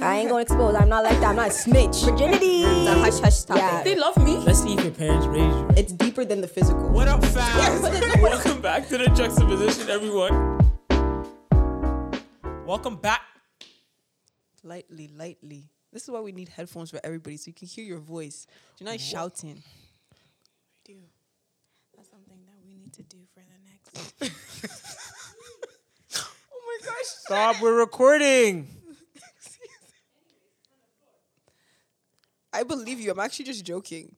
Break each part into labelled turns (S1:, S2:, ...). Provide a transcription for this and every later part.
S1: I ain't gonna expose. I'm not like that. I'm not a snitch.
S2: Virginity.
S1: It's a hush hush topic.
S2: Yeah.
S3: They love me.
S4: Especially if your parents raised you. right?
S1: It's deeper than the physical.
S4: What up, fam?
S1: Yes.
S4: Welcome back to the juxtaposition, everyone. Welcome back.
S3: Lightly, lightly. This is why we need headphones for everybody so you can hear your voice. You're not shouting.
S5: do. That's something that we need to do for the next.
S3: Oh my gosh.
S4: Stop. We're recording.
S3: I believe you. I'm actually just joking.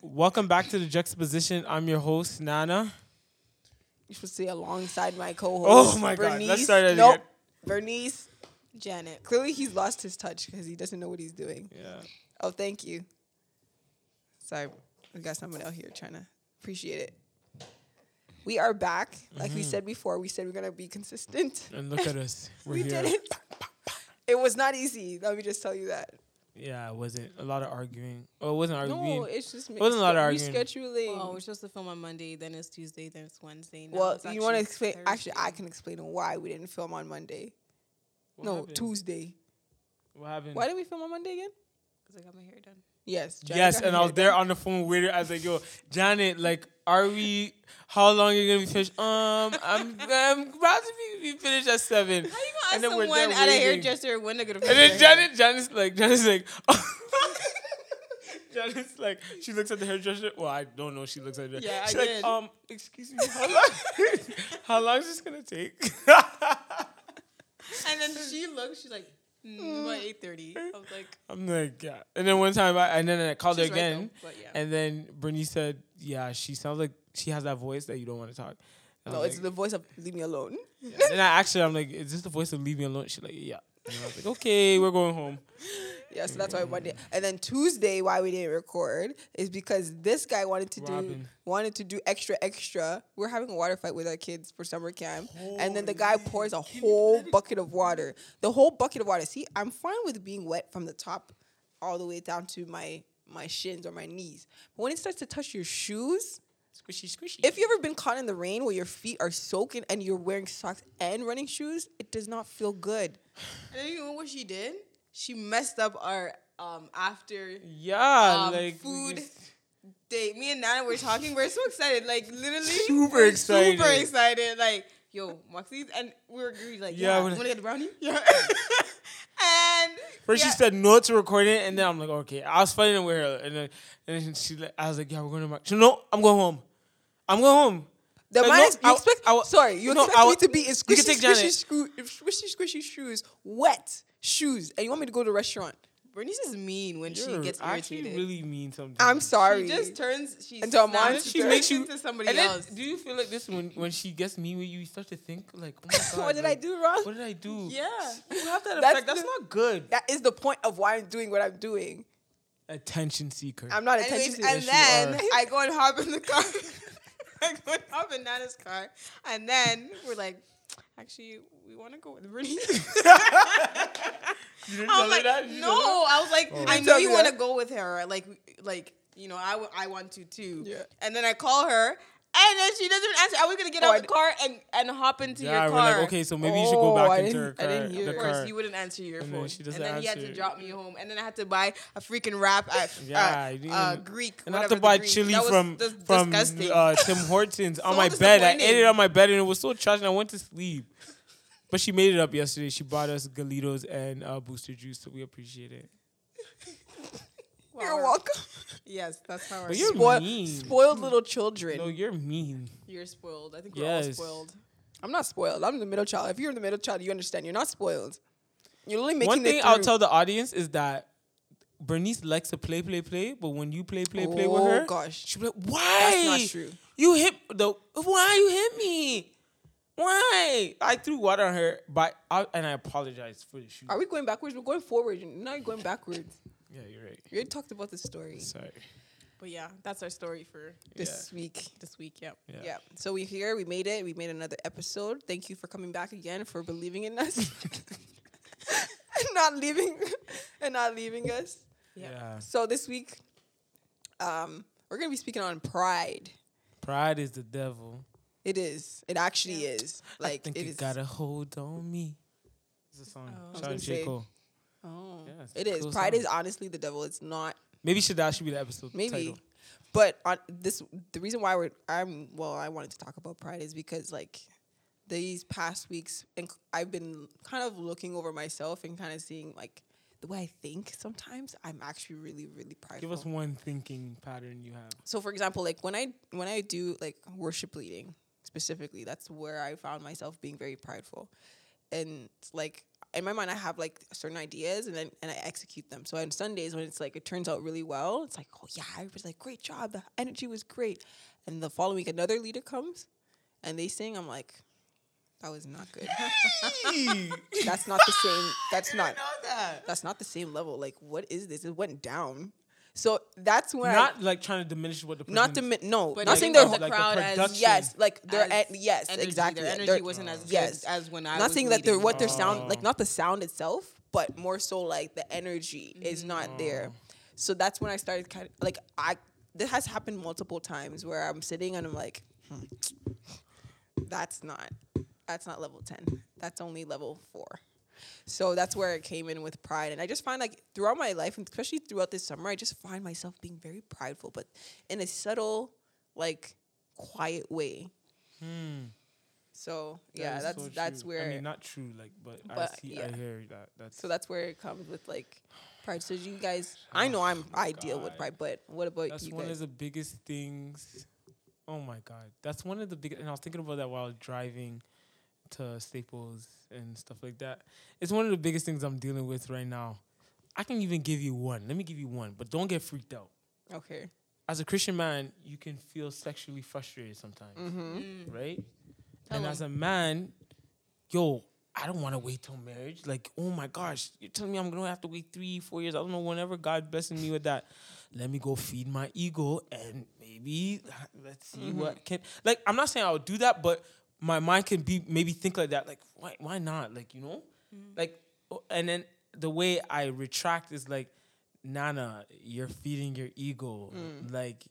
S4: Welcome back to the juxtaposition. I'm your host, Nana.
S3: You should say alongside my co-host.
S4: Oh my God, let's
S3: Bernice.
S4: start that
S3: nope.
S4: again.
S3: Bernice.
S5: Janet.
S3: Clearly he's lost his touch because he doesn't know what he's doing.
S4: Yeah.
S3: Oh, thank you. Sorry, we got someone out here trying to appreciate it. We are back. Like
S4: Mm-hmm.
S3: we said before, we said we're gonna be consistent.
S4: And look at us. We're
S3: we
S4: here.
S3: did it. It was not easy. Let me just tell you that.
S4: Yeah, it wasn't a lot of arguing. Oh, it wasn't arguing.
S3: No, it's just
S4: It wasn't a lot of arguing.
S3: rescheduling.
S5: Oh, we're supposed to film on Monday, then it's Tuesday, then it's Wednesday. now
S3: well,
S5: it's
S3: you want to
S5: actually
S3: explain? Actually, I
S5: Thursday.
S3: can explain why we didn't film on Monday.
S4: What
S3: no,
S4: happened?
S3: Tuesday.
S4: What happened?
S3: Why did we film on Monday again?
S5: 'Cause I got my hair done.
S3: Yes. Janet
S4: Yes,
S3: got
S4: and
S3: her
S4: I was
S3: hair
S4: there
S3: done.
S4: on the phone with her. I was like, "Yo, Janet, like, are we? How long are you gonna be finished? Um, I'm, I'm about to be, be finished at seven.
S5: How you gonna
S4: And then
S5: ask
S4: we're there
S5: someone at a
S4: waiting.
S5: hairdresser when they're gonna
S4: And
S5: fix
S4: then
S5: their hair?
S4: Janet, Janet's like, Janet's like, Janet's like, she looks at the hairdresser. Well, I don't know. if She looks at it.
S5: Yeah, I
S4: She's
S5: did.
S4: like, um, excuse me, how long? how long is this gonna take?
S5: And then she looks, she's like, mm, by eight thirty. I was like,
S4: I'm like, yeah. And then one time, I and then I called
S5: She's
S4: her
S5: right, though,
S4: again,
S5: but yeah.
S4: and then Bernice said, "Yeah, she sounds like she has that voice that you don't want to talk." And I
S3: No,
S5: Oh,
S4: was
S3: it's
S4: like-
S3: the voice of "Leave me alone."
S4: And then I asked her, I'm like, is this the voice of Leave Me Alone? She's like, yeah. And I was like, okay, we're going home.
S3: Yeah, so that's why Monday. And then Tuesday, why we didn't record is because this guy wanted to do
S4: Robin.
S3: wanted to do extra extra. We're having a water fight with our kids for summer camp, and then the guy pours a whole bucket of water. The whole bucket of water. See, I'm fine with being wet from the top all the way down to my my shins or my knees, but when it starts to touch your shoes.
S4: Squishy, squishy.
S3: If you ever been caught in the rain where your feet are soaking and you're wearing socks and running shoes, it does not feel good.
S5: and then you know what she did? She messed up our um after
S4: yeah,
S5: um,
S4: like
S5: food date. Me and Nana were talking. We're so excited. Like literally,
S4: Super
S5: we're
S4: excited.
S5: Super excited. Like yo, Moxie's, and we were agreed. Like
S4: Yeah,
S5: yeah,
S4: we're-
S5: want to get the brownie? Yeah. and
S4: First
S5: yeah,
S4: she said no to recording, it, and then I'm like, okay. I was fighting with her, and then and then she, like, I was like, yeah, we're going to. My-. She no, I'm going home. I'm going home.
S3: The
S4: Like,
S3: man
S4: no,
S3: is, you
S4: I-
S3: expect,
S4: I-
S3: sorry, you
S4: no,
S3: expect
S4: I-
S3: me to be in
S4: you
S3: squishy,
S4: can take
S3: squishy,
S4: Janet.
S3: screw, squishy, squishy shoes, wet shoes, and you want me to go to a restaurant.
S5: Bernice is mean when she
S4: You're
S5: gets
S4: actually
S5: irritated.
S4: really mean sometimes.
S3: I'm sorry.
S5: She just turns. She
S3: Into a
S5: snaps,
S3: monster.
S4: She makes you
S5: into somebody
S4: and then,
S5: else.
S4: Do you feel like this when when she gets mean with you? You start to think like, oh my god,
S3: what did I
S4: like,
S3: do wrong?
S4: What did I do?
S5: yeah.
S4: you have that
S3: That's
S4: effect. That's
S3: the-
S4: not good.
S3: that is the point of why I'm doing what I'm doing.
S4: Attention seeker.
S3: I'm not
S5: Anyways,
S3: attention.
S5: and
S4: Yes, you
S5: then
S4: are.
S5: I go and hop in the car. I go and hop in Nana's car, and then we're like, actually, we want to go with Bernie.
S4: You didn't
S5: I'm
S4: tell her
S5: like,
S4: that? You didn't
S5: no.
S4: tell her that?
S5: I was like, I
S3: tell
S5: know
S3: me
S5: you want to
S3: that.
S5: go with her. Like, like you know, I, w- I want to too.
S3: Yeah.
S5: And then I call her, and then she doesn't even answer. I was gonna get
S3: Oh,
S5: out
S3: I
S5: of the
S3: d-
S5: car and and hop into
S4: yeah,
S5: your
S4: we're
S5: car.
S4: like, okay, so maybe you should go
S3: Oh,
S4: back
S3: I
S4: into her
S3: didn't- I
S4: car.
S3: didn't hear.
S4: the
S5: Of course,
S4: car.
S5: you wouldn't answer your
S4: And then
S5: phone.
S4: she doesn't
S5: and then he had to
S4: answer.
S5: drop me home. And then I had to buy a freaking wrap at
S4: Yeah, you
S5: uh,
S4: didn't
S5: uh,
S4: even-
S5: Greek.
S4: and I have
S5: whatever
S4: to
S5: the
S4: buy
S5: Greek.
S4: chili
S5: That was
S4: from
S5: dis-
S4: from
S5: disgusting.
S4: uh, Tim Hortons on
S5: So
S4: my bed. I ate
S5: disappointing.
S4: it on my bed and it was so trash and I went to sleep. But she made it up yesterday. She bought us Galitos and uh, Booster Juice, so we appreciate it.
S3: You're welcome.
S5: yes, that's how our
S4: But you're
S3: Spoil-
S4: mean.
S3: spoiled little children.
S4: No, you're mean.
S5: You're spoiled. I think we're all
S4: Yes.
S5: spoiled.
S3: I'm not spoiled. I'm the middle child. If you're the middle child, you understand. You're not spoiled. You're only making
S4: One
S3: it
S4: thing I'll
S3: through.
S4: tell the audience is that Bernice likes to play, play, play, but when you play, play, play with
S3: Oh,
S4: her,
S3: gosh.
S4: she be like, "Why?
S3: true.
S4: You hit the why you hit me? Why?" I threw water on her, but I, and I apologize for the shoe.
S3: Are we going backwards? We're going forward. Now you're going backwards.
S4: yeah, you're right.
S3: We already talked about the story
S4: Sorry.
S5: But yeah, that's our story for
S3: this week.
S5: this week. Yep.
S4: Yeah.
S3: Yeah. So we're here. We made it. We made another episode. Thank you for coming back again for believing in us and not leaving and not leaving us.
S4: Yeah.
S3: So this week, um, we're gonna be speaking on pride.
S4: Pride is the devil.
S3: It is. It actually is. Like
S4: I think
S3: it
S4: you
S3: is.
S4: got a hold on me. It's a song. Shout
S3: was
S4: out
S3: gonna
S4: to J.
S3: say-
S4: Cole.
S3: Oh,
S4: Yeah, it's
S3: it
S4: a
S3: is.
S4: cool
S3: Pride
S4: song.
S3: is honestly the devil. It's not
S4: Maybe should that should be the episode
S3: maybe,
S4: title.
S3: but on this the reason why we're I'm well I wanted to talk about Pride is because like these past weeks and I've been kind of looking over myself and kind of seeing like the way I think sometimes I'm actually really really prideful.
S4: Give us one thinking pattern you have.
S3: so for example like when i when i do like worship leading specifically that's where i found myself being very prideful and like in my mind i have like certain ideas and then and i execute them so on sundays when it's like it turns out really well it's like oh yeah i was like great job the energy was great and the following week another leader comes and they sing i'm like that was not good that's not the same that's not that's not the same level like what is this it went down so that's when I,
S4: Not like trying to diminish what the
S3: not to
S4: person-
S3: mi- no,
S5: But
S3: not
S5: like
S3: saying
S5: the
S3: they're
S5: whole
S3: ho-
S5: the crowd as-
S4: production.
S3: yes, like they're
S5: as
S3: at, yes,
S5: energy.
S3: exactly.
S5: e-, Their
S3: They're-
S5: energy wasn't as good
S3: yes.
S5: as when I
S3: not
S5: was
S3: saying that they're
S5: leading.
S3: what they're sound
S4: Oh.
S3: like not the sound itself, but more so like the energy is not
S4: Mm-hmm.
S3: there. So that's when I started kind of like I this has happened multiple times where I'm sitting and I'm like, hmm, that's not that's not level ten. That's only level four. So that's where it came in with pride. And I just find like throughout my life, and especially throughout this summer, I just find myself being very prideful, but in a subtle, like quiet way. So
S4: Hmm. That
S3: yeah,
S4: is
S3: that's
S4: so
S3: that's
S4: true.
S3: where
S4: I mean, not true, like, but, I
S3: But,
S4: see, I
S3: yeah.
S4: hear that. That's
S3: so that's where it comes with like pride. So you guys, I know I'm I deal with
S4: Oh God.
S3: pride, but what about
S4: that's
S3: you
S4: one of
S3: guys?
S4: the biggest things. Oh my god, that's one of the big. And I was thinking about that while driving to Staples and stuff like that. It's one of the biggest things I'm dealing with right now. I can even give you one. Let me give you one, but don't get freaked out.
S3: okay,
S4: As a Christian man, you can feel sexually frustrated sometimes,
S5: Mm.
S4: right? and as a man, yo, I don't want to wait till marriage. Like, oh my gosh, you're telling me I'm gonna have to wait three, four years. I don't know. Whenever God blessing me with that, let me go feed my ego and maybe let's see what can. Like, I'm not saying I would do that, but my mind can be maybe think like that. Like, why, why not? Like, you know, like, oh, and then the way I retract is like, Nana, you're feeding your ego. Like,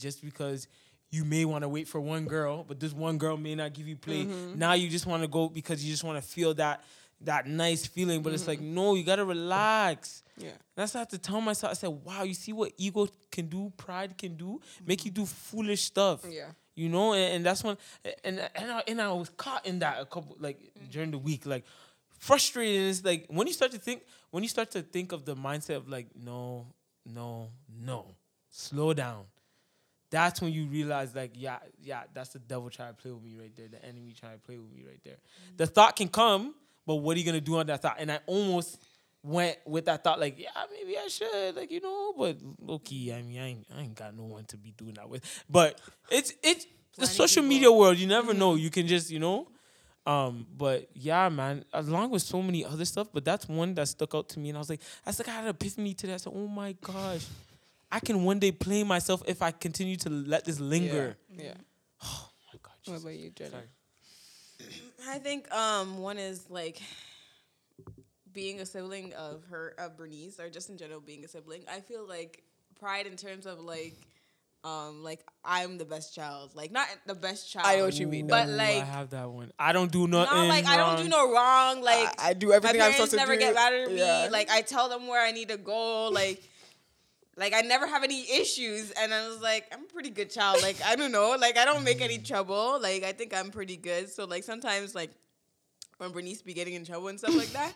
S4: just because you may want to wait for one girl, but this one girl may not give you play. Now you just want to go because you just want to feel that that nice feeling. But it's like, no, you gotta relax.
S3: yeah,
S4: And that's what I have to tell myself. I said, wow, you see what ego can do, pride can do, make you do foolish stuff.
S3: Yeah.
S4: You know, and, and that's when, and and I, and I was caught in that a couple like
S3: Mm.
S4: during the week, like frustrated. It's like when you start to think, when you start to think of the mindset of like, no, no, no, slow down. That's when you realize like, yeah, yeah, that's the devil trying to play with me right there, the enemy trying to play with me right there.
S5: Mm-hmm.
S4: The thought can come, but what are you gonna do on that thought? And I almost went with that thought like, yeah, maybe I should, like you know, but okay, I mean, I ain't, I ain't got no one to be doing that with. But it's it's the
S5: Plenty
S4: social
S5: people. Mm-hmm.
S4: media world. You never know. You can just you know, um. But yeah, man, along with so many other stuff, but that's one that stuck out to me, and I was like, that's like I had an epiphany today. I said, oh my gosh. I can one day blame myself if I continue to let this linger.
S3: yeah.
S4: Oh my God,
S3: What
S4: Jesus.
S3: about you, Jenna?
S4: Sorry.
S5: I think um one is like being a sibling of her of Bernice or just in general being a sibling. I feel like pride in terms of like um like I'm the best child. Like not the best child.
S3: I know what you mean.
S5: But
S3: though.
S4: Ooh,
S5: like
S4: I have that one. I don't do nothing.
S5: not like I don't
S4: wrong.
S5: do no wrong. Like
S3: I, I do everything
S5: my
S3: I'm
S5: parents
S3: supposed to
S5: never
S3: do.
S5: get mad at me.
S3: Yeah.
S5: Like I tell them where I need to go. Like, like I never have any issues. And I was like, I'm a pretty good child. Like I don't know. Like I don't make any
S3: Mm.
S5: trouble. Like I think I'm pretty good. So like sometimes like when Bernice be getting in trouble and stuff like that,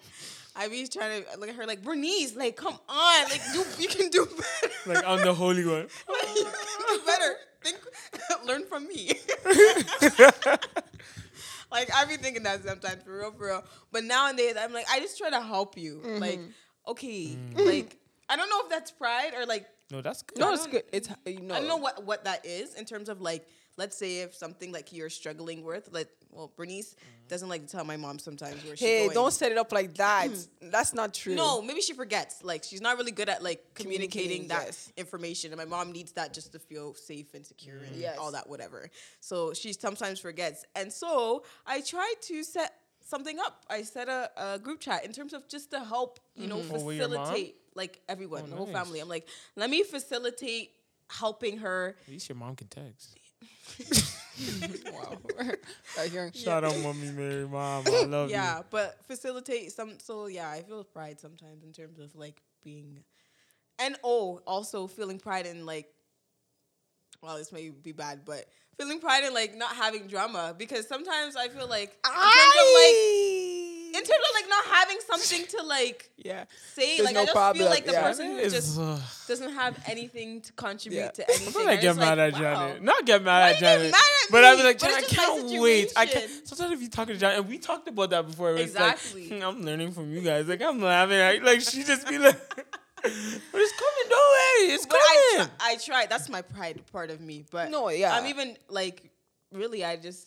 S5: I be trying to look at her like Bernice, like come on, like do you can do better.
S4: Like I'm the holy one.
S5: you can do better. Think, learn from me. Like I be thinking that sometimes for real, for real. But nowadays I'm like, I just try to help you.
S3: Mm-hmm.
S5: Like, okay, like I don't know if that's pride or like
S4: No, that's good.
S3: no, it's good. It's you know.
S5: I don't know what what that is in terms of like. Let's say if something like you're struggling with, like well, Bernice doesn't like to tell my mom sometimes where she's
S3: Hey,
S5: going. Hmm.
S3: don't set it up like that. That's not true.
S5: No, maybe she forgets. Like she's not really good at like communicating,
S3: Communicating,
S5: that
S3: yes.
S5: information, and my mom needs that just to feel safe and secure and
S3: Mm. Yes.
S5: all that whatever. So she sometimes forgets, and so I try to set something up. I set a, a group chat in terms of just to help, you know,
S4: Oh, with your mom?
S5: facilitate like everyone, the whole
S4: nice.
S5: family. I'm like, let me facilitate helping her
S4: At least your mom can text.
S3: wow. Right here.
S4: Shout out, mommy, Mary, mom. I love
S5: yeah,
S4: you.
S5: but facilitate some. So yeah, I feel pride sometimes in terms of like being, and oh, also feeling pride in like. Well, this may be bad, but feeling pride in like not having drama because sometimes I feel like in terms of like in terms of like not having something to like
S3: Yeah.
S5: say,
S3: There's
S5: like
S3: no
S5: I just
S3: problem,
S5: feel like the
S3: yeah.
S5: person who
S4: It's,
S5: just
S4: ugh.
S5: doesn't have anything to contribute
S3: Yeah.
S5: to anything.
S4: I'm gonna
S5: And
S4: get
S5: it's
S4: mad at
S5: like, wow.
S4: Janet. Not get mad at
S5: Why you get
S4: Janet.
S5: mad at
S4: but I'd be
S5: me?
S4: like,
S5: But
S4: Janet, I
S5: it's just my
S4: can't wait. I can't.
S5: situation.
S4: Sometimes if you talking to Janet, and we talked about that before. where It's
S5: Exactly.
S4: like, hmm, I'm learning from you guys. Like I'm laughing. at- Like she just be like, but it's coming. Don't worry, it's
S5: But I,
S4: coming.
S5: try, I try. That's my pride part of me. But
S3: No, yeah.
S5: I'm even like, really, I just,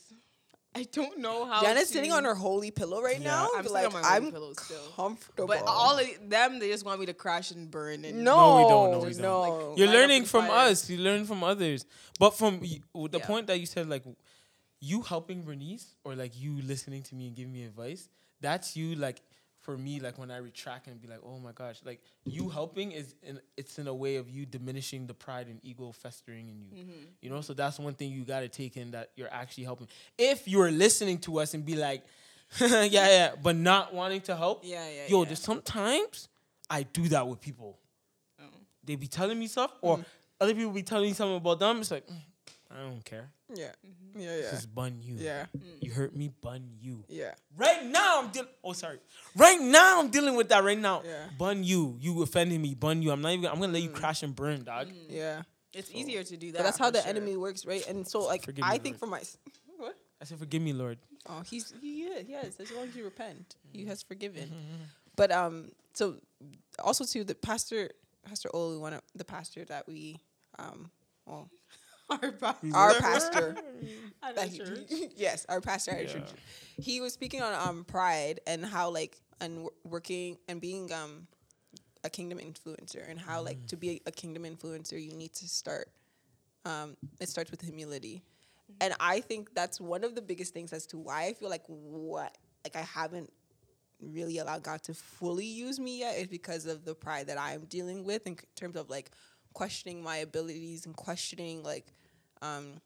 S5: I don't know how.
S3: Janet's
S5: to-
S3: sitting on her holy pillow right now.
S5: I'm
S3: but,
S5: sitting
S3: like,
S5: on my holy
S3: I'm
S5: pillow still.
S3: comfortable.
S5: But all of them, they just want me to crash and burn. And
S3: no,
S4: we don't, no, we don't.
S3: no.
S5: Like,
S4: You're
S5: light up
S4: learning
S5: the
S4: from
S5: fire.
S4: us. You learn from others. But from y- with the
S5: Yeah.
S4: point that you said, like you helping Bernice or like you listening to me and giving me advice, that's you. Like for me, like when I retract and be like, oh my gosh, like you helping is in, it's in a way of you diminishing the pride and ego festering in you.
S5: Mm-hmm.
S4: You know, so that's one thing you got to take in that you're actually helping. If you're listening to us and be like, yeah, yeah, but not wanting to help.
S5: Yeah, yeah,
S4: Yo,
S5: yeah.
S4: there's sometimes I do that with people
S5: Oh.
S4: they be telling me stuff, or
S5: Mm-hmm.
S4: other people be telling me something about them. It's like, "Mm, I don't care.
S3: Yeah.
S5: Mm-hmm.
S3: Yeah, yeah.
S4: Just bun you.
S3: Yeah.
S4: You hurt me, bun you.
S3: Yeah.
S4: Right now I'm dealing. Oh, sorry. Right now I'm dealing with that. Right now,
S3: Yeah. Mm.
S4: bun you. You offended me, bun you. I'm not even. I'm gonna let you crash and burn, dog.
S3: Yeah.
S5: It's easier to do that.
S3: But that's how
S5: for
S3: the
S5: sure.
S3: enemy works, right? And so, like,
S4: Forgive
S3: I
S4: me,
S3: think
S4: Lord.
S3: for my. What?
S4: I said, forgive me, Lord.
S3: Oh, he's he is, he has. As long as you repent, he has forgiven. But um, so also to the pastor, Pastor Olu, one of the pastor that we um, well,
S5: Our pastor.
S3: our pastor,
S5: At
S3: that
S5: our
S3: he-
S5: church.
S3: yes, our pastor at our church. He was speaking on um pride and how like and w- working and being um a kingdom influencer and how like to be a kingdom influencer you need to start um it starts with humility. And I think that's one of the biggest things as to why I feel like what like I haven't really allowed God to fully use me yet is because of the pride that I'm dealing with in c- terms of like questioning my abilities and questioning like um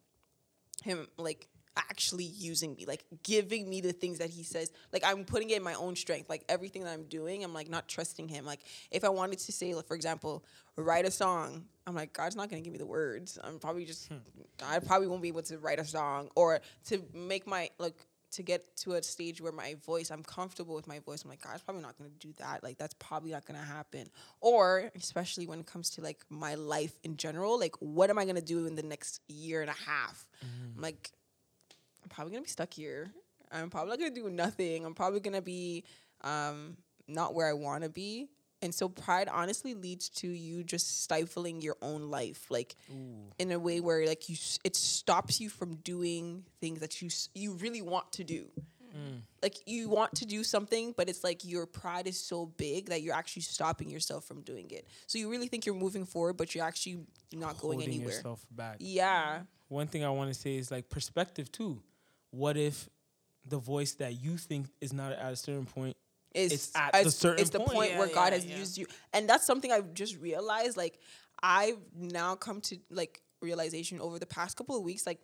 S3: him like actually using me like giving me the things that he says like i'm putting it in my own strength like everything that i'm doing i'm like not trusting him like if i wanted to say like, for example write a song i'm like god's not going to give me the words i'm probably just i probably won't be able to write a song or to make my like to get to a stage where my voice i'm comfortable with my voice i'm like god's probably not going to do that like that's probably not going to happen or especially when it comes to like my life in general like what am i going to do in the next year and a half i'm like i'm probably going to be stuck here i'm probably not going to do nothing i'm probably going to be um not where i want to be and so pride honestly leads to you just stifling your own life like in a way where like you s- it stops you from doing things that you s- you really want to do
S4: Mm.
S3: like you want to do something but it's like your pride is so big that you're actually stopping yourself from doing it so you really think you're moving forward but you're actually not going
S4: Holding
S3: anywhere
S4: yourself back.
S3: yeah
S4: One thing I want to say is like perspective too. What if the voice that you think is not at a certain point
S3: it's,
S4: It's at the certain
S3: it's the point,
S4: point.
S3: where
S5: Yeah,
S3: God
S5: yeah,
S3: has
S5: yeah.
S3: used you, and that's something I've just realized. Like I've now come to like realization over the past couple of weeks. Like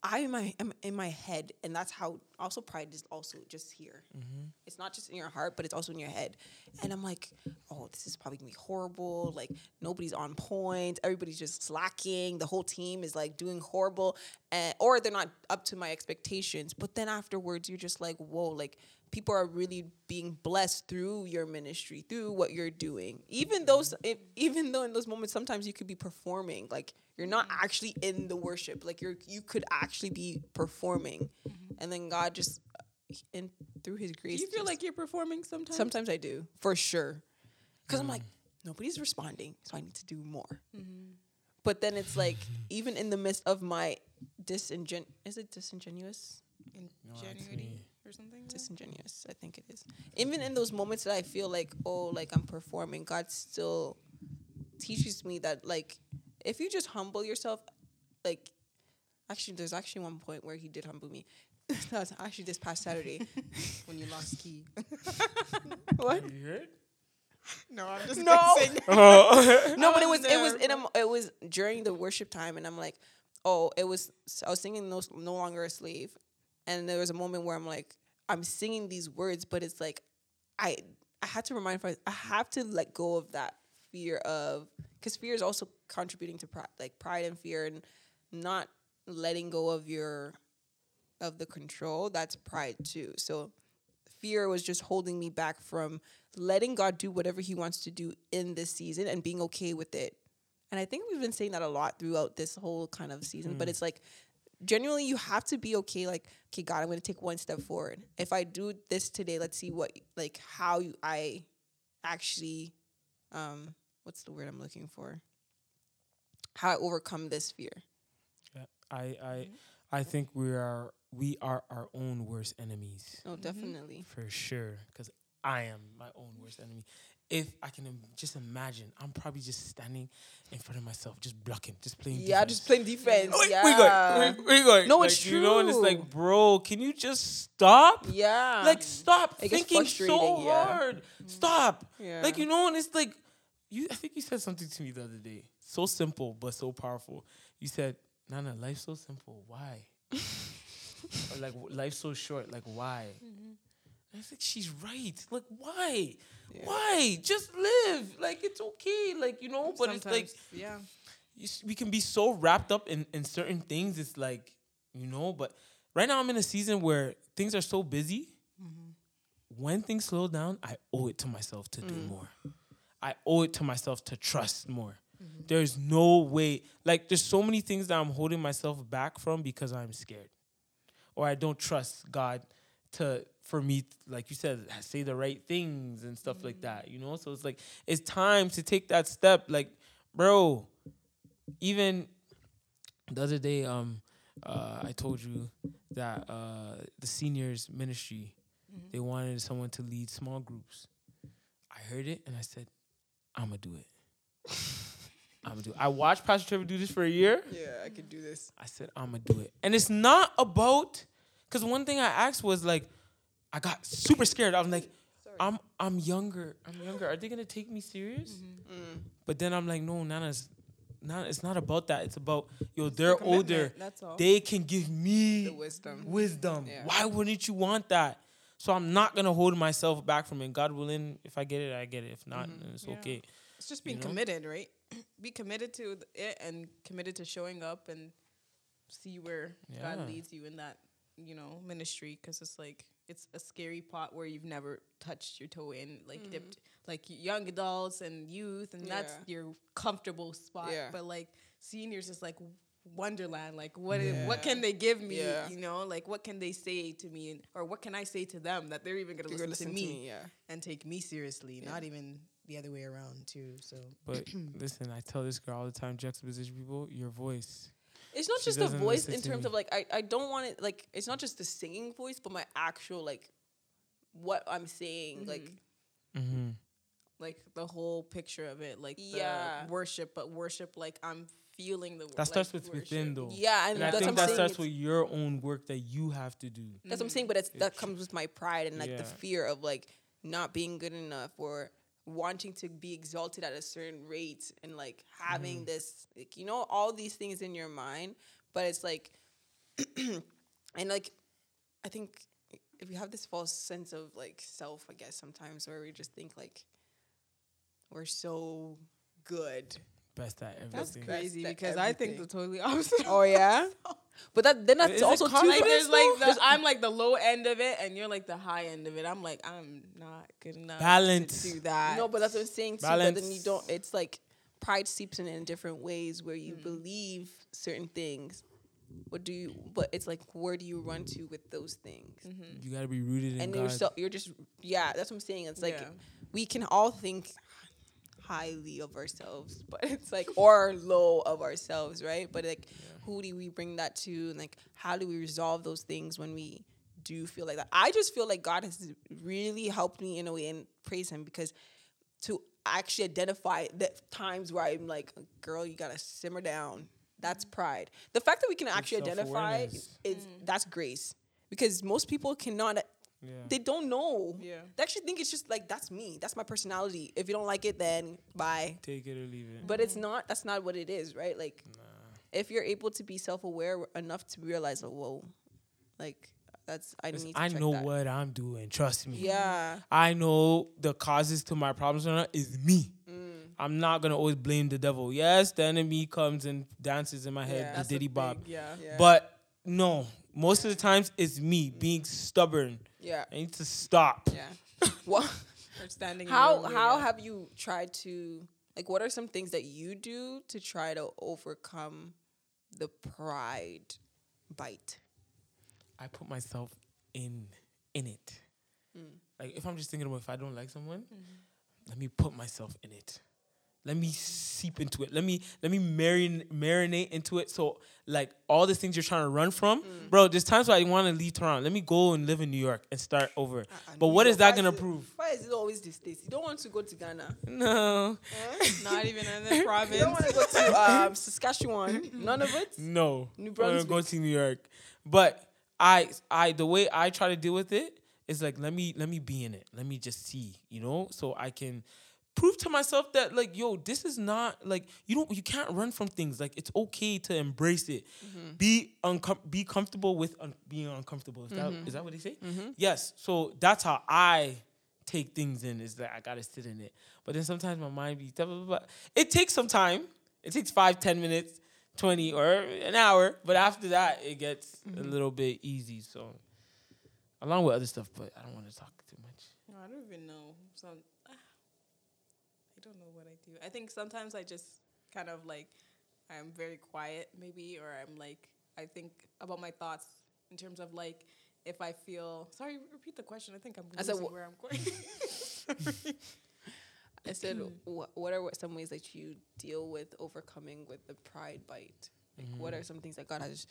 S3: I am my am in my head, and that's how also pride is also just here. It's not just in your heart, but it's also in your head. And I'm like, oh, this is probably gonna be horrible. Like nobody's on point. Everybody's just slacking. The whole team is like doing horrible, and, or they're not up to my expectations. But then afterwards, you're just like, whoa, like people are really being blessed through your ministry, through what you're doing. Even those, if, even though in those moments, sometimes you could be performing, like you're not
S5: Mm-hmm.
S3: actually in the worship, like you're you could actually be performing, and then God just and through His
S5: Mm-hmm. Do
S3: grace.
S5: you feel
S3: just-
S5: like you're performing sometimes?
S3: sometimes I do for sure, because I'm like nobody's responding, so I need to do more.
S5: Mm-hmm.
S3: But then it's like even in the midst of my disingen is it disingenuous
S5: Ingenuity or something.
S3: disingenuous. I think it is. Even in those moments that I feel like, oh, like I'm performing, God still teaches me that, like, if you just humble yourself, like, actually, there's actually one point where He did humble me. that was actually this past Saturday.
S5: When you lost key.
S3: what?
S4: you heard?
S5: no, I'm just
S3: No.
S5: Saying,
S4: Oh.
S3: No,
S5: I
S3: but it was
S5: was
S3: it was
S5: there
S3: in a, mo- it was during the worship time, and I'm like, oh, it was I was singing no, no longer a slave, and there was a moment where I'm like, I'm singing these words, but it's like, I I had to remind myself, I have to let go of that fear of because fear is also contributing to pride, like pride and fear, and not letting go of your of the control. That's pride too. So fear was just holding me back from letting God do whatever He wants to do in this season and being okay with it. And I think we've been saying that a lot throughout this whole kind of season, but it's like generally you have to be okay like okay god i'm going to take one step forward if i do this today let's see what like how you, i actually um what's the word i'm looking for how i overcome this fear
S4: Yeah, I I I think we are we are our own worst enemies
S3: oh definitely
S4: for sure. Because I am my own worst enemy. If I can im- just imagine, I'm probably just standing in front of myself, just blocking, just playing.
S3: yeah
S4: defense.
S3: just playing defense
S4: Wait,
S3: yeah
S4: We good. We, we good.
S3: No,
S4: like,
S3: it's
S4: You know, and it's
S3: true.
S4: like, bro, can you just stop?
S3: yeah
S4: Like, stop
S3: It gets
S4: thinking so
S3: frustrating, yeah.
S4: hard. Stop.
S3: Yeah.
S4: Like, you know, and it's like, you. I think you said something to me the other day. So simple, but so powerful. You said, Nana, life's so simple. Why? or like, w- life's so short. Like, why?
S3: Mm-hmm.
S4: I was like, she's right. Like, why? Why? Just live. Like, it's okay. Like, you know, but it's like,
S5: yeah.
S4: you, s- we can be so wrapped up in, in certain things. It's like, you know, but right now I'm in a season where things are so busy. When things slow down, I owe it to myself to do more. I owe it to myself to trust more. There's no way, like, there's so many things that I'm holding myself back from because I'm scared or I don't trust God to for me like you said say the right things and stuff like that you know so it's like it's time to take that step like bro even the other day um uh I told you that uh the seniors ministry they wanted someone to lead small groups I heard it and I said I'm gonna do it I'm gonna do it. I watched Pastor Trevor do this for a year
S3: yeah i could do this
S4: I said, I'm gonna do it. And it's not about because one thing I asked was like, I got super scared. I'm like, I'm I'm younger. I'm younger. Are they gonna take me serious?
S3: Mm-hmm.
S4: But then I'm like, no, Nana's not it's not about that. It's about yo, they're older.
S3: commitment, that's all.
S4: They can give me
S3: The wisdom.
S4: Wisdom.
S3: Yeah.
S4: Why wouldn't you want that? So I'm not gonna hold myself back from it. God willing, if I get it, I get it. If not,
S3: Mm-hmm.
S4: then it's okay.
S5: It's just being
S4: You know?
S5: committed, right? Be committed to th- it and committed to showing up and see where
S4: Yeah.
S5: God leads you in that, you know, ministry. Because it's like it's a scary pot where you've never touched your toe in, like dipped, like y- young adults and youth, and that's
S3: Mm-hmm. Yeah.
S5: your comfortable spot.
S3: Yeah.
S5: But like seniors is like wonderland. Like what i-
S3: Yeah.
S5: what can they give me?
S3: Yeah.
S5: You know, like what can they say to me, and, or what can I say to them that they're even gonna,
S3: You're
S5: listen,
S3: gonna listen
S5: to me?
S3: yeah
S5: and take me seriously, not even the other way around too. So
S4: But listen, I tell this girl all the time, juxtaposition people, your voice.
S3: It's not
S4: She
S3: just the
S4: doesn't
S3: voice
S4: listen
S3: in
S4: to
S3: terms
S4: me.
S3: of like I, I don't want it like it's not just the singing voice, but my actual like what I'm saying. Like
S4: Mm-hmm.
S5: like the whole picture of it, like
S3: Yeah.
S5: the worship, but worship like I'm feeling the
S4: That starts
S5: like,
S4: with within, though.
S3: yeah, and,
S4: And I
S3: that's what
S4: think
S3: I'm
S4: that
S3: saying.
S4: starts
S3: it's-
S4: with your own work that you have to do.
S3: that's what I'm saying, but it's, that
S4: It's-
S3: comes with my pride and like the
S4: Yeah.
S3: fear of like not being good enough or wanting to be exalted at a certain rate and like
S4: Mm.
S3: having this like you know all these things in your mind, but it's like and like I think if we have this false sense of like self, I guess sometimes where we just think like we're so good.
S4: Best at everything.
S5: That's crazy
S3: That's the
S5: because I think
S3: everything.
S5: the totally opposite.
S3: Oh yeah, but that then that's
S4: Is it
S3: also
S4: confidence,
S5: Like there's like
S3: though?
S5: the, I'm like the low end of it, and you're like the high end of it. I'm like I'm not good enough
S4: Balance.
S5: to do that.
S3: No, but that's what I'm saying too. But then you
S4: Balance.
S3: don't. It's like pride seeps in in different ways where you believe certain things. What do you? But it's like where do you run to with those things?
S4: You gotta be rooted in
S3: And
S4: God.
S3: you're so you're just yeah. That's what I'm saying. It's like
S5: Yeah.
S3: we can all think highly of ourselves, but it's like or low of ourselves, right? But like, who do we bring that to? And like, how do we resolve those things when we do feel like that? I just feel like God has really helped me in a way and praise Him because to actually identify the times where I'm like, girl, you gotta simmer down. That's pride. The fact that we can actually identify is
S4: Mm. self-awareness.
S3: that's grace because most people cannot
S4: yeah.
S3: they don't know.
S5: Yeah.
S3: They actually think it's just like that's me. That's my personality. If you don't like it, then bye.
S4: Take it or leave it.
S3: But it's not. That's not what it is, right? Like, if you're able to be self aware enough to realize, oh, whoa, like that's I need. To
S4: I
S3: check
S4: know
S3: that.
S4: what I'm doing. Trust me.
S3: Yeah.
S4: I know the causes to my problems right now is me.
S3: Mm.
S4: I'm not gonna always blame the devil. Yes, the enemy comes and dances in my head,
S3: Yeah.
S4: the Diddy Bob.
S3: Yeah. yeah.
S4: But no, most of the times it's me being stubborn.
S3: yeah.
S4: I need to stop.
S3: Yeah. What?
S5: Or standing in
S3: How
S5: your way,
S3: how
S5: yeah.
S3: have you tried to like? What are some things that you do to try to overcome the pride bite?
S4: I put myself in in it. Like if I'm just thinking about if I don't like someone, let me put myself in it. Let me seep into it. Let me let me marin- marinate into it. So like all these things you're trying to run from, bro. There's times where I want to leave Toronto. Let me go and live in New York and start over.
S3: Uh-uh,
S4: but what is that gonna prove?
S3: Why is it always the states? You don't want to go to Ghana.
S4: No,
S5: Not even in the
S3: You don't want
S5: province.
S3: to go to um, Saskatchewan. None of it.
S4: no.
S3: New
S4: I'm gonna go
S3: Brunswick.
S4: to New York. But I I the way I try to deal with it is like let me let me be in it. Let me just see, you know, so I can prove to myself that like yo this is not like you don't you can't run from things like it's okay to embrace it
S3: Mm-hmm.
S4: be uncom- be comfortable with un- being uncomfortable is,
S3: Mm-hmm.
S4: that, is that what they say yes so that's how i take things in is that i gotta sit in it but then sometimes my mind be blah, blah, blah. it takes some time it takes five ten minutes 20 or an hour but after that it gets a
S3: Mm-hmm.
S4: little bit easy so along with other stuff but i don't want to talk too much
S5: No, I don't even know. Some, ah, I don't know what I do. I think sometimes I just kind of like I'm very quiet, maybe, or I'm like I think about my thoughts in terms of like if I feel. Sorry, repeat the question. I think I'm
S3: I said
S5: losing
S3: wh-
S5: where I'm going.
S3: I said, what, what are some ways that you deal with overcoming with the pride bite? Like,
S4: Mm.
S3: what are some things that God has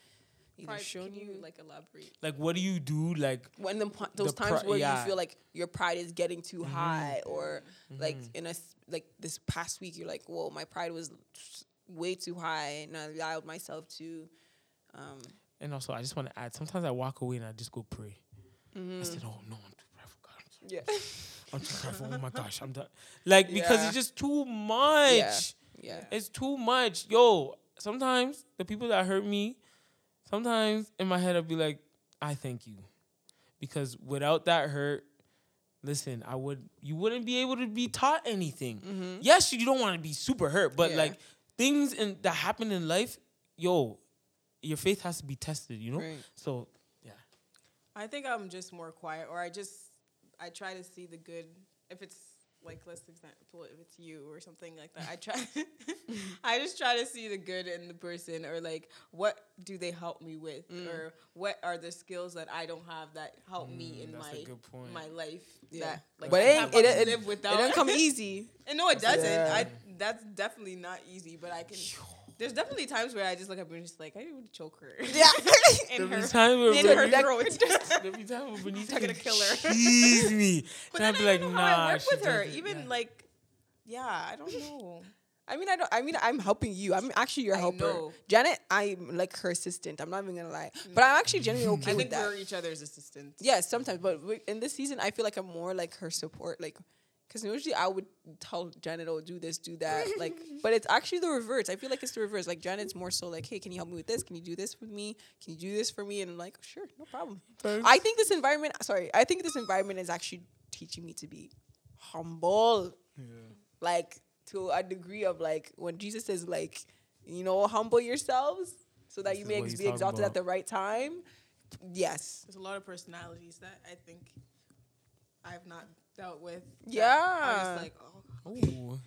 S3: either
S5: Pride,
S3: shown
S5: can
S3: you,
S5: you
S3: like
S5: like elaborate?
S4: like what do you do like
S3: when the, po- those
S4: the
S3: times
S4: pri-
S3: where
S4: yeah. Mm-hmm.
S3: you feel like your pride is getting too high, or like in a s- like this past week, you're like, whoa, my pride was way too high, and I allowed myself to. Um,
S4: And also, I just want to add. Sometimes I walk away and I just go pray. I said,
S3: Mm-hmm.
S4: "Oh no, I'm too prideful. God,
S3: yeah,
S4: I'm too prideful. Oh my gosh, I'm done." Like because
S3: Yeah.
S4: it's just too much.
S3: yeah,
S4: It's too much, yo. Sometimes the people that hurt me, sometimes in my head I'll be like, "I thank you," because without that hurt, listen, I would you wouldn't be able to be taught anything.
S5: Mm-hmm.
S4: Yes, you don't want to be super hurt, but
S3: Yeah.
S4: like things in, that happen in life, yo, your faith has to be tested. You know,
S3: Right.
S4: so yeah.
S5: I think I'm just more quiet, or I just I try to see the good. If it's like let's example, if it's you or something like that, I try. I just try to see the good in the person, or like what do they help me with, or what are the skills that I don't have that help
S3: Mm,
S5: me in
S4: mm, that's
S5: my
S4: a good point.
S5: my life.
S3: Yeah.
S5: That like
S3: but
S5: I
S3: it ain't,
S5: have
S3: it,
S5: to
S3: it,
S5: live
S3: it,
S5: without.
S3: don't come easy.
S5: And no, it doesn't.
S3: Yeah.
S5: I that's definitely not easy, but I can. There's definitely times where I just look up and just like I would choke her.
S3: Yeah,
S5: in her,
S4: Every time we're
S5: in her throat.
S4: Every time when Bernice
S5: I'm gonna
S4: can
S5: kill her.
S4: Tease me. and
S5: But then
S4: I'd be
S5: I don't
S4: like,
S5: know
S4: nah.
S5: how I work
S4: she
S5: with her.
S4: doesn't."
S5: Even
S4: Yeah.
S5: like, yeah, I don't know.
S3: I mean, I don't. I mean, I'm helping you. I'm actually your
S5: I
S3: helper,
S5: know. Mm.
S3: Janet. I'm like her assistant. I'm not even gonna lie, but I'm actually genuinely okay
S5: I
S3: with
S5: think
S3: that.
S5: we're each other's assistants.
S3: Yeah, sometimes, but we- in this season, I feel like I'm more like her support, like. Because usually I would tell Janet, "Oh, do this, do that," like, but it's actually the reverse. I feel like it's the reverse. Like Janet's more so like, "Hey, can you help me with this? Can you do this with me? Can you do this for me?" And I'm like, "Sure, no problem." I think this environment. Sorry, I think this environment is actually teaching me to be humble like to a degree of like when Jesus says like, you know, humble yourselves so that
S4: This
S3: you
S4: is
S3: may
S4: what
S3: ex-
S4: he's
S3: be
S4: talking
S3: exalted
S4: about.
S3: at the right time. Yes.
S5: There's a lot of personalities that I think I've not dealt with. that I'm
S3: Yeah.
S5: just like, oh,
S4: Ooh.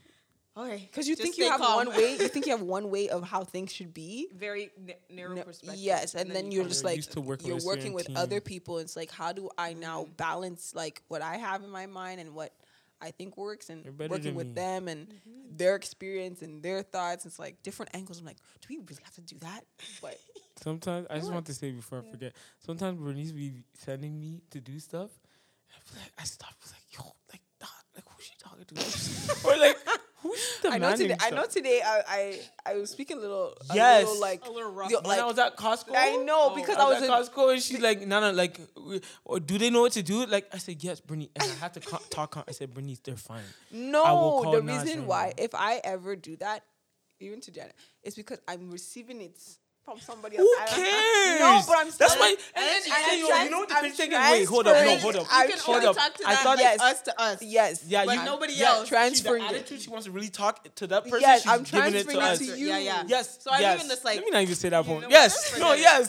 S5: okay.
S3: Because you
S5: Just
S3: think you
S5: stay
S3: have
S5: calm.
S3: one way, you think you have one way of how things should be.
S5: Very n- narrow
S3: No-
S5: perspective.
S3: yes, and, then, you're
S5: come
S3: just
S5: to-
S4: You're
S3: like
S4: used to working
S3: you're
S4: with a
S3: working
S4: certain
S3: with
S4: team.
S3: other people. It's like how do I now
S5: Mm-hmm.
S3: balance like what I have in my mind and what I think works and
S4: You're better
S3: working
S4: than
S3: with
S4: me.
S3: them and
S5: Mm-hmm.
S3: their experience and their thoughts. It's like different angles. I'm like, do we really have to do that? But
S4: Sometimes I just want to say before I forget. Sometimes Bernice be sending me to do stuff. And I feel like I stop. I was like, yo, like, dog, like who's she talking to? or like, who's the
S3: I know today. I know today. I I, I was speaking a little. A
S4: Yes.
S3: little, like
S5: A little rough.
S3: yo,
S5: When
S4: When I
S3: like,
S4: was "Oh." at Costco,
S3: I know, because I was
S4: at
S3: in-
S4: Costco, and she's like, "Nana, like, w- or do they know what to do?" Like, I said, "Yes, Bernice." And I had to co- talk. Con- I said, "Bernice, they're fine." will
S3: no.
S4: call
S3: The
S4: Nas
S3: reason
S4: right
S3: why,
S4: now.
S3: if I ever do that, even to Janet, it's because I'm receiving it from somebody else.
S4: Who
S3: I don't-
S4: cares?
S3: No, but I'm
S4: That's
S3: still-
S4: why. And
S5: and
S4: then
S5: then
S4: you say,
S3: I'm
S4: yo, you
S3: trans-
S4: know what the
S3: I'm
S4: crazy thing is? Wait, hold up, no,
S3: transferring-
S4: hold up.
S3: I'm
S5: You can
S4: hold
S5: only
S4: up.
S5: talk to
S4: I
S5: them
S4: thought
S5: like
S3: yes.
S5: us to us.
S3: Yes.
S4: Yeah,
S5: But
S4: you-
S5: nobody
S4: yeah,
S5: else.
S3: transferring
S4: she,
S3: it.
S4: the attitude she wants to really talk to that person.
S3: Yes,
S4: she's
S3: I'm
S4: giving it to
S3: transferring it
S4: us.
S3: to you.
S5: Yeah, yeah.
S4: Yes.
S5: So I'm
S4: yes.
S5: even just like-
S4: Let me not even say that point.
S5: know,
S4: Yes.
S5: whatever
S4: No.
S5: it is.
S4: Yes.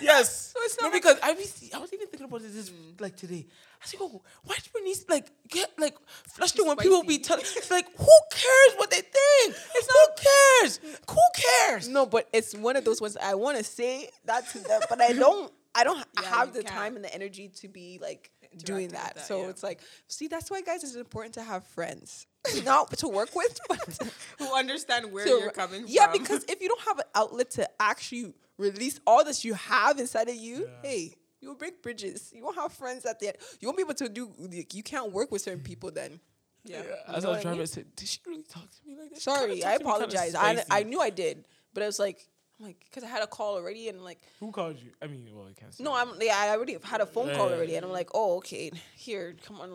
S4: Yes.
S3: it's
S4: no,
S3: not like-
S4: because I was, I was even thinking about this, this like today. I said, "Oh, why do we need like get like flustered when people be telling? It's like who cares what they think? It's who cares? Who cares?
S3: No, but it's one of those ones I want to say that to them, but I don't. I don't
S5: Yeah,
S3: have
S5: you
S3: the
S5: can't.
S3: time and the energy to be like doing
S5: Interacting with
S3: that.
S5: that,
S3: so
S5: yeah.
S3: it's like, see, that's why, guys, it's important to have friends, not to work with, but to-
S5: Who understand where
S3: to-
S5: you're coming
S3: yeah,
S5: from.
S3: because if you don't have an outlet to actually release all that you have inside of you,
S4: Yeah.
S3: hey, you'll break bridges. You won't have friends at the end. You won't be able to do. Like, you can't work with certain people then.
S5: Yeah.
S4: As I
S3: know what I
S4: was trying
S3: mean?
S4: to say, did she really talk to me like that? She kinda
S3: Sorry,
S4: talked to
S3: I
S4: me kinda
S3: apologize. I, I
S4: spicy.
S3: knew I did, but it was like, I'm like, because I had a call already and like.
S4: Who called you? I mean, well, I can't. say
S3: No,
S4: that.
S3: I'm. Yeah, I already have had a phone call
S4: Yeah.
S3: already, and I'm like, oh, okay, here, come on,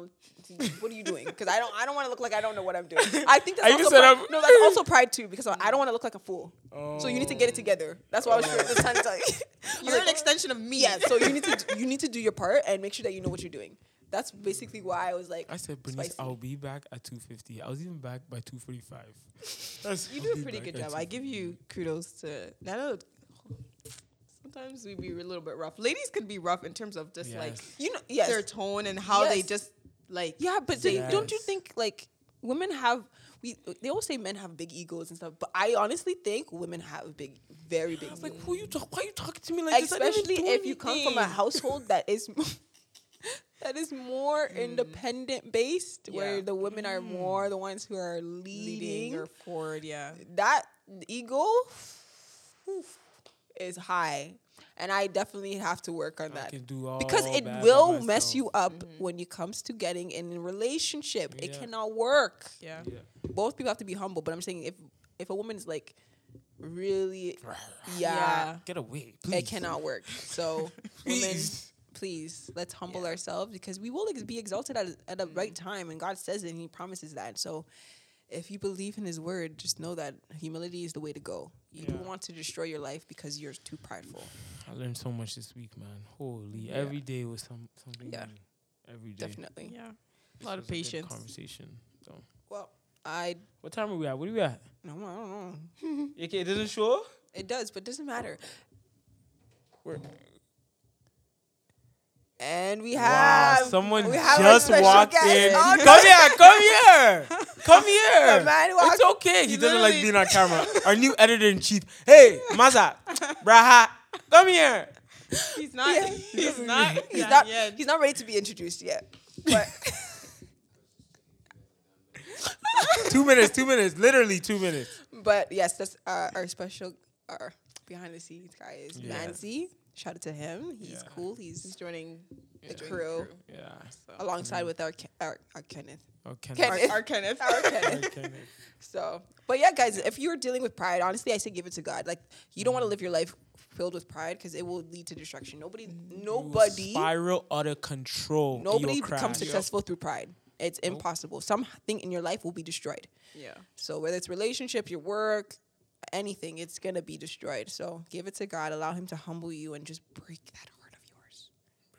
S3: what are you doing? Because I don't, I don't want to look like I don't know what I'm doing. I think
S4: I even
S3: that's also
S4: said
S3: pride,
S4: I'm-
S3: no, that's also pride too, because I don't want to look like a fool. So you need to get it
S4: Oh.
S3: together. That's why I was just trying to tell you. I was
S5: you're an
S3: like,
S5: extension of me.
S3: yeah, so you need to, you need to do your part and make sure that you know what you're doing. That's basically why I was like,
S4: I said, Bernice,
S3: spicy.
S4: I'll be back at 2.50. I was even back by 2.45. That's-
S5: You
S4: I'll
S5: do a
S4: be
S5: pretty
S4: back
S5: good
S4: at
S5: job. I give you kudos to. I know sometimes we be a little bit rough. Ladies could be rough in terms of just like
S4: Yes.
S3: you know, yes,
S5: their tone and how they
S3: Yes.
S5: just like.
S3: Yeah, but they, don't you
S4: Yes.
S3: think like women have we they always say men have big egos and stuff, but I honestly think women have big very big
S4: I was
S3: egos.
S4: like, who you talk? Why are you talking to me like this? I didn't
S3: especially if
S4: do
S3: you come from a
S4: anything."
S3: household that is that is more
S4: Mm.
S3: independent based where
S5: Yeah.
S3: the women are more the ones who are leading,
S5: leading or forward. Yeah.
S3: that ego oof, is high. And I definitely have to work on
S4: I
S3: that
S4: can do all
S3: because it
S4: bad by
S3: will mess
S4: myself.
S3: you up when it comes to getting in a relationship. It
S4: Yeah.
S3: cannot work.
S5: Yeah.
S4: Yeah.
S3: Both people have to be humble, but I'm saying if if a woman is like really yeah,
S5: Yeah.
S4: Get away, please.
S3: it cannot work. So women
S4: Please.
S3: please let's humble
S5: Yeah.
S3: ourselves because we will ex- be exalted at,
S4: Mm.
S3: at the right time and God says it and he promises that. So if you believe in his word, just know that humility is the way to go. You
S4: Yeah.
S3: don't want to destroy your life because you're too prideful.
S4: I learned so much this week, man. Holy, every day was some something
S3: Yeah.
S4: new. Every day.
S3: Definitely.
S5: Yeah.
S4: This
S5: A lot
S4: was
S5: of
S4: good
S5: patience.
S4: conversation. So,
S3: Well, I
S4: what time are we at? What are we at?
S3: no, I don't know.
S4: Okay, it doesn't show.
S3: It does, but it doesn't matter. We're and we have
S4: wow, someone
S3: we have a
S4: just
S3: special
S4: walked
S3: guest
S4: in.
S3: on
S4: Come here, come here, come
S3: the
S4: here.
S3: man
S4: It's
S3: walked-
S4: okay. He doesn't like
S5: literally-
S4: being on camera. Our new editor in chief. Hey, Maza, Braha, come here.
S5: He's not.
S3: Yeah.
S5: He's not.
S3: He's
S5: done
S3: not
S5: yet.
S3: he's not ready to be introduced yet. But
S4: Two minutes, two minutes, literally two minutes.
S3: but yes, that's uh, our special our behind the scenes guy is
S4: Yeah.
S3: Manzi. Shout out to him. He's
S4: Yeah.
S3: cool. He's
S5: He's joining
S3: the
S5: joining
S3: crew,
S4: Yeah.
S5: So.
S3: alongside
S4: Mm-hmm.
S3: with our, Ke- our our Kenneth.
S4: Okay.
S5: Our,
S3: Kenneth.
S5: our Kenneth.
S3: Our Kenneth.
S4: Okay.
S3: So, but yeah, guys, if you're dealing with pride, honestly, I say give it to God. Like, you don't want
S4: Mm-hmm.
S3: to live your life filled with pride because it will lead to destruction. Nobody,
S4: Mm-hmm.
S3: nobody,
S4: Spiral out of control.
S3: nobody
S4: You'll crash.
S3: becomes successful through pride. It's impossible. Something in your life will be destroyed.
S5: yeah.
S3: So, whether it's relationships, your work, anything, it's gonna be destroyed. So, give it to God. Allow Him to humble you and just break that heart of yours.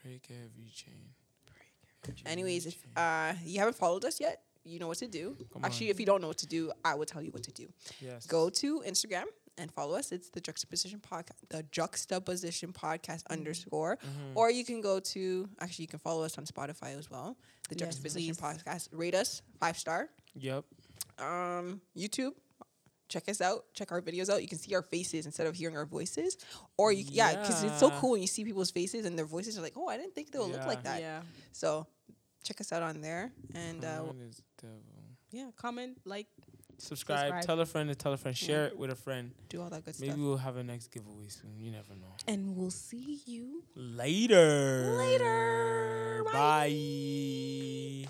S4: Break every chain. Break every
S3: Anyways, if
S4: chain.
S3: uh, you haven't followed us yet, you know what to do.
S4: Come
S3: Actually,
S4: on.
S3: if you don't know what to do, I will tell you what to do.
S4: yes.
S3: go to Instagram and follow us. It's the Juxtaposition Podcast, the Juxtaposition Podcast underscore. Or you can go to, actually, you can follow us on Spotify as well. The
S5: Yes,
S3: Juxtaposition
S5: please.
S3: Podcast. Rate us five star.
S4: Yep.
S3: Um, YouTube. Check us out. Check our videos out. You can see our faces instead of hearing our voices. Or you, yeah, because it's so
S4: Yeah.
S3: cool when you see people's faces and their voices are like, oh, I didn't think they would look
S4: Yeah.
S3: like that.
S5: Yeah.
S3: So check us out on there. And uh,
S4: Mine is devil.
S5: Yeah. Comment, like,
S4: Subscribe,
S5: subscribe.
S4: Tell a friend to tell a friend. Share it with a friend.
S3: do all that good
S4: Maybe
S3: stuff.
S4: we'll have a next giveaway soon. You never know.
S5: and we'll see you.
S4: Later.
S5: Later.
S4: Bye.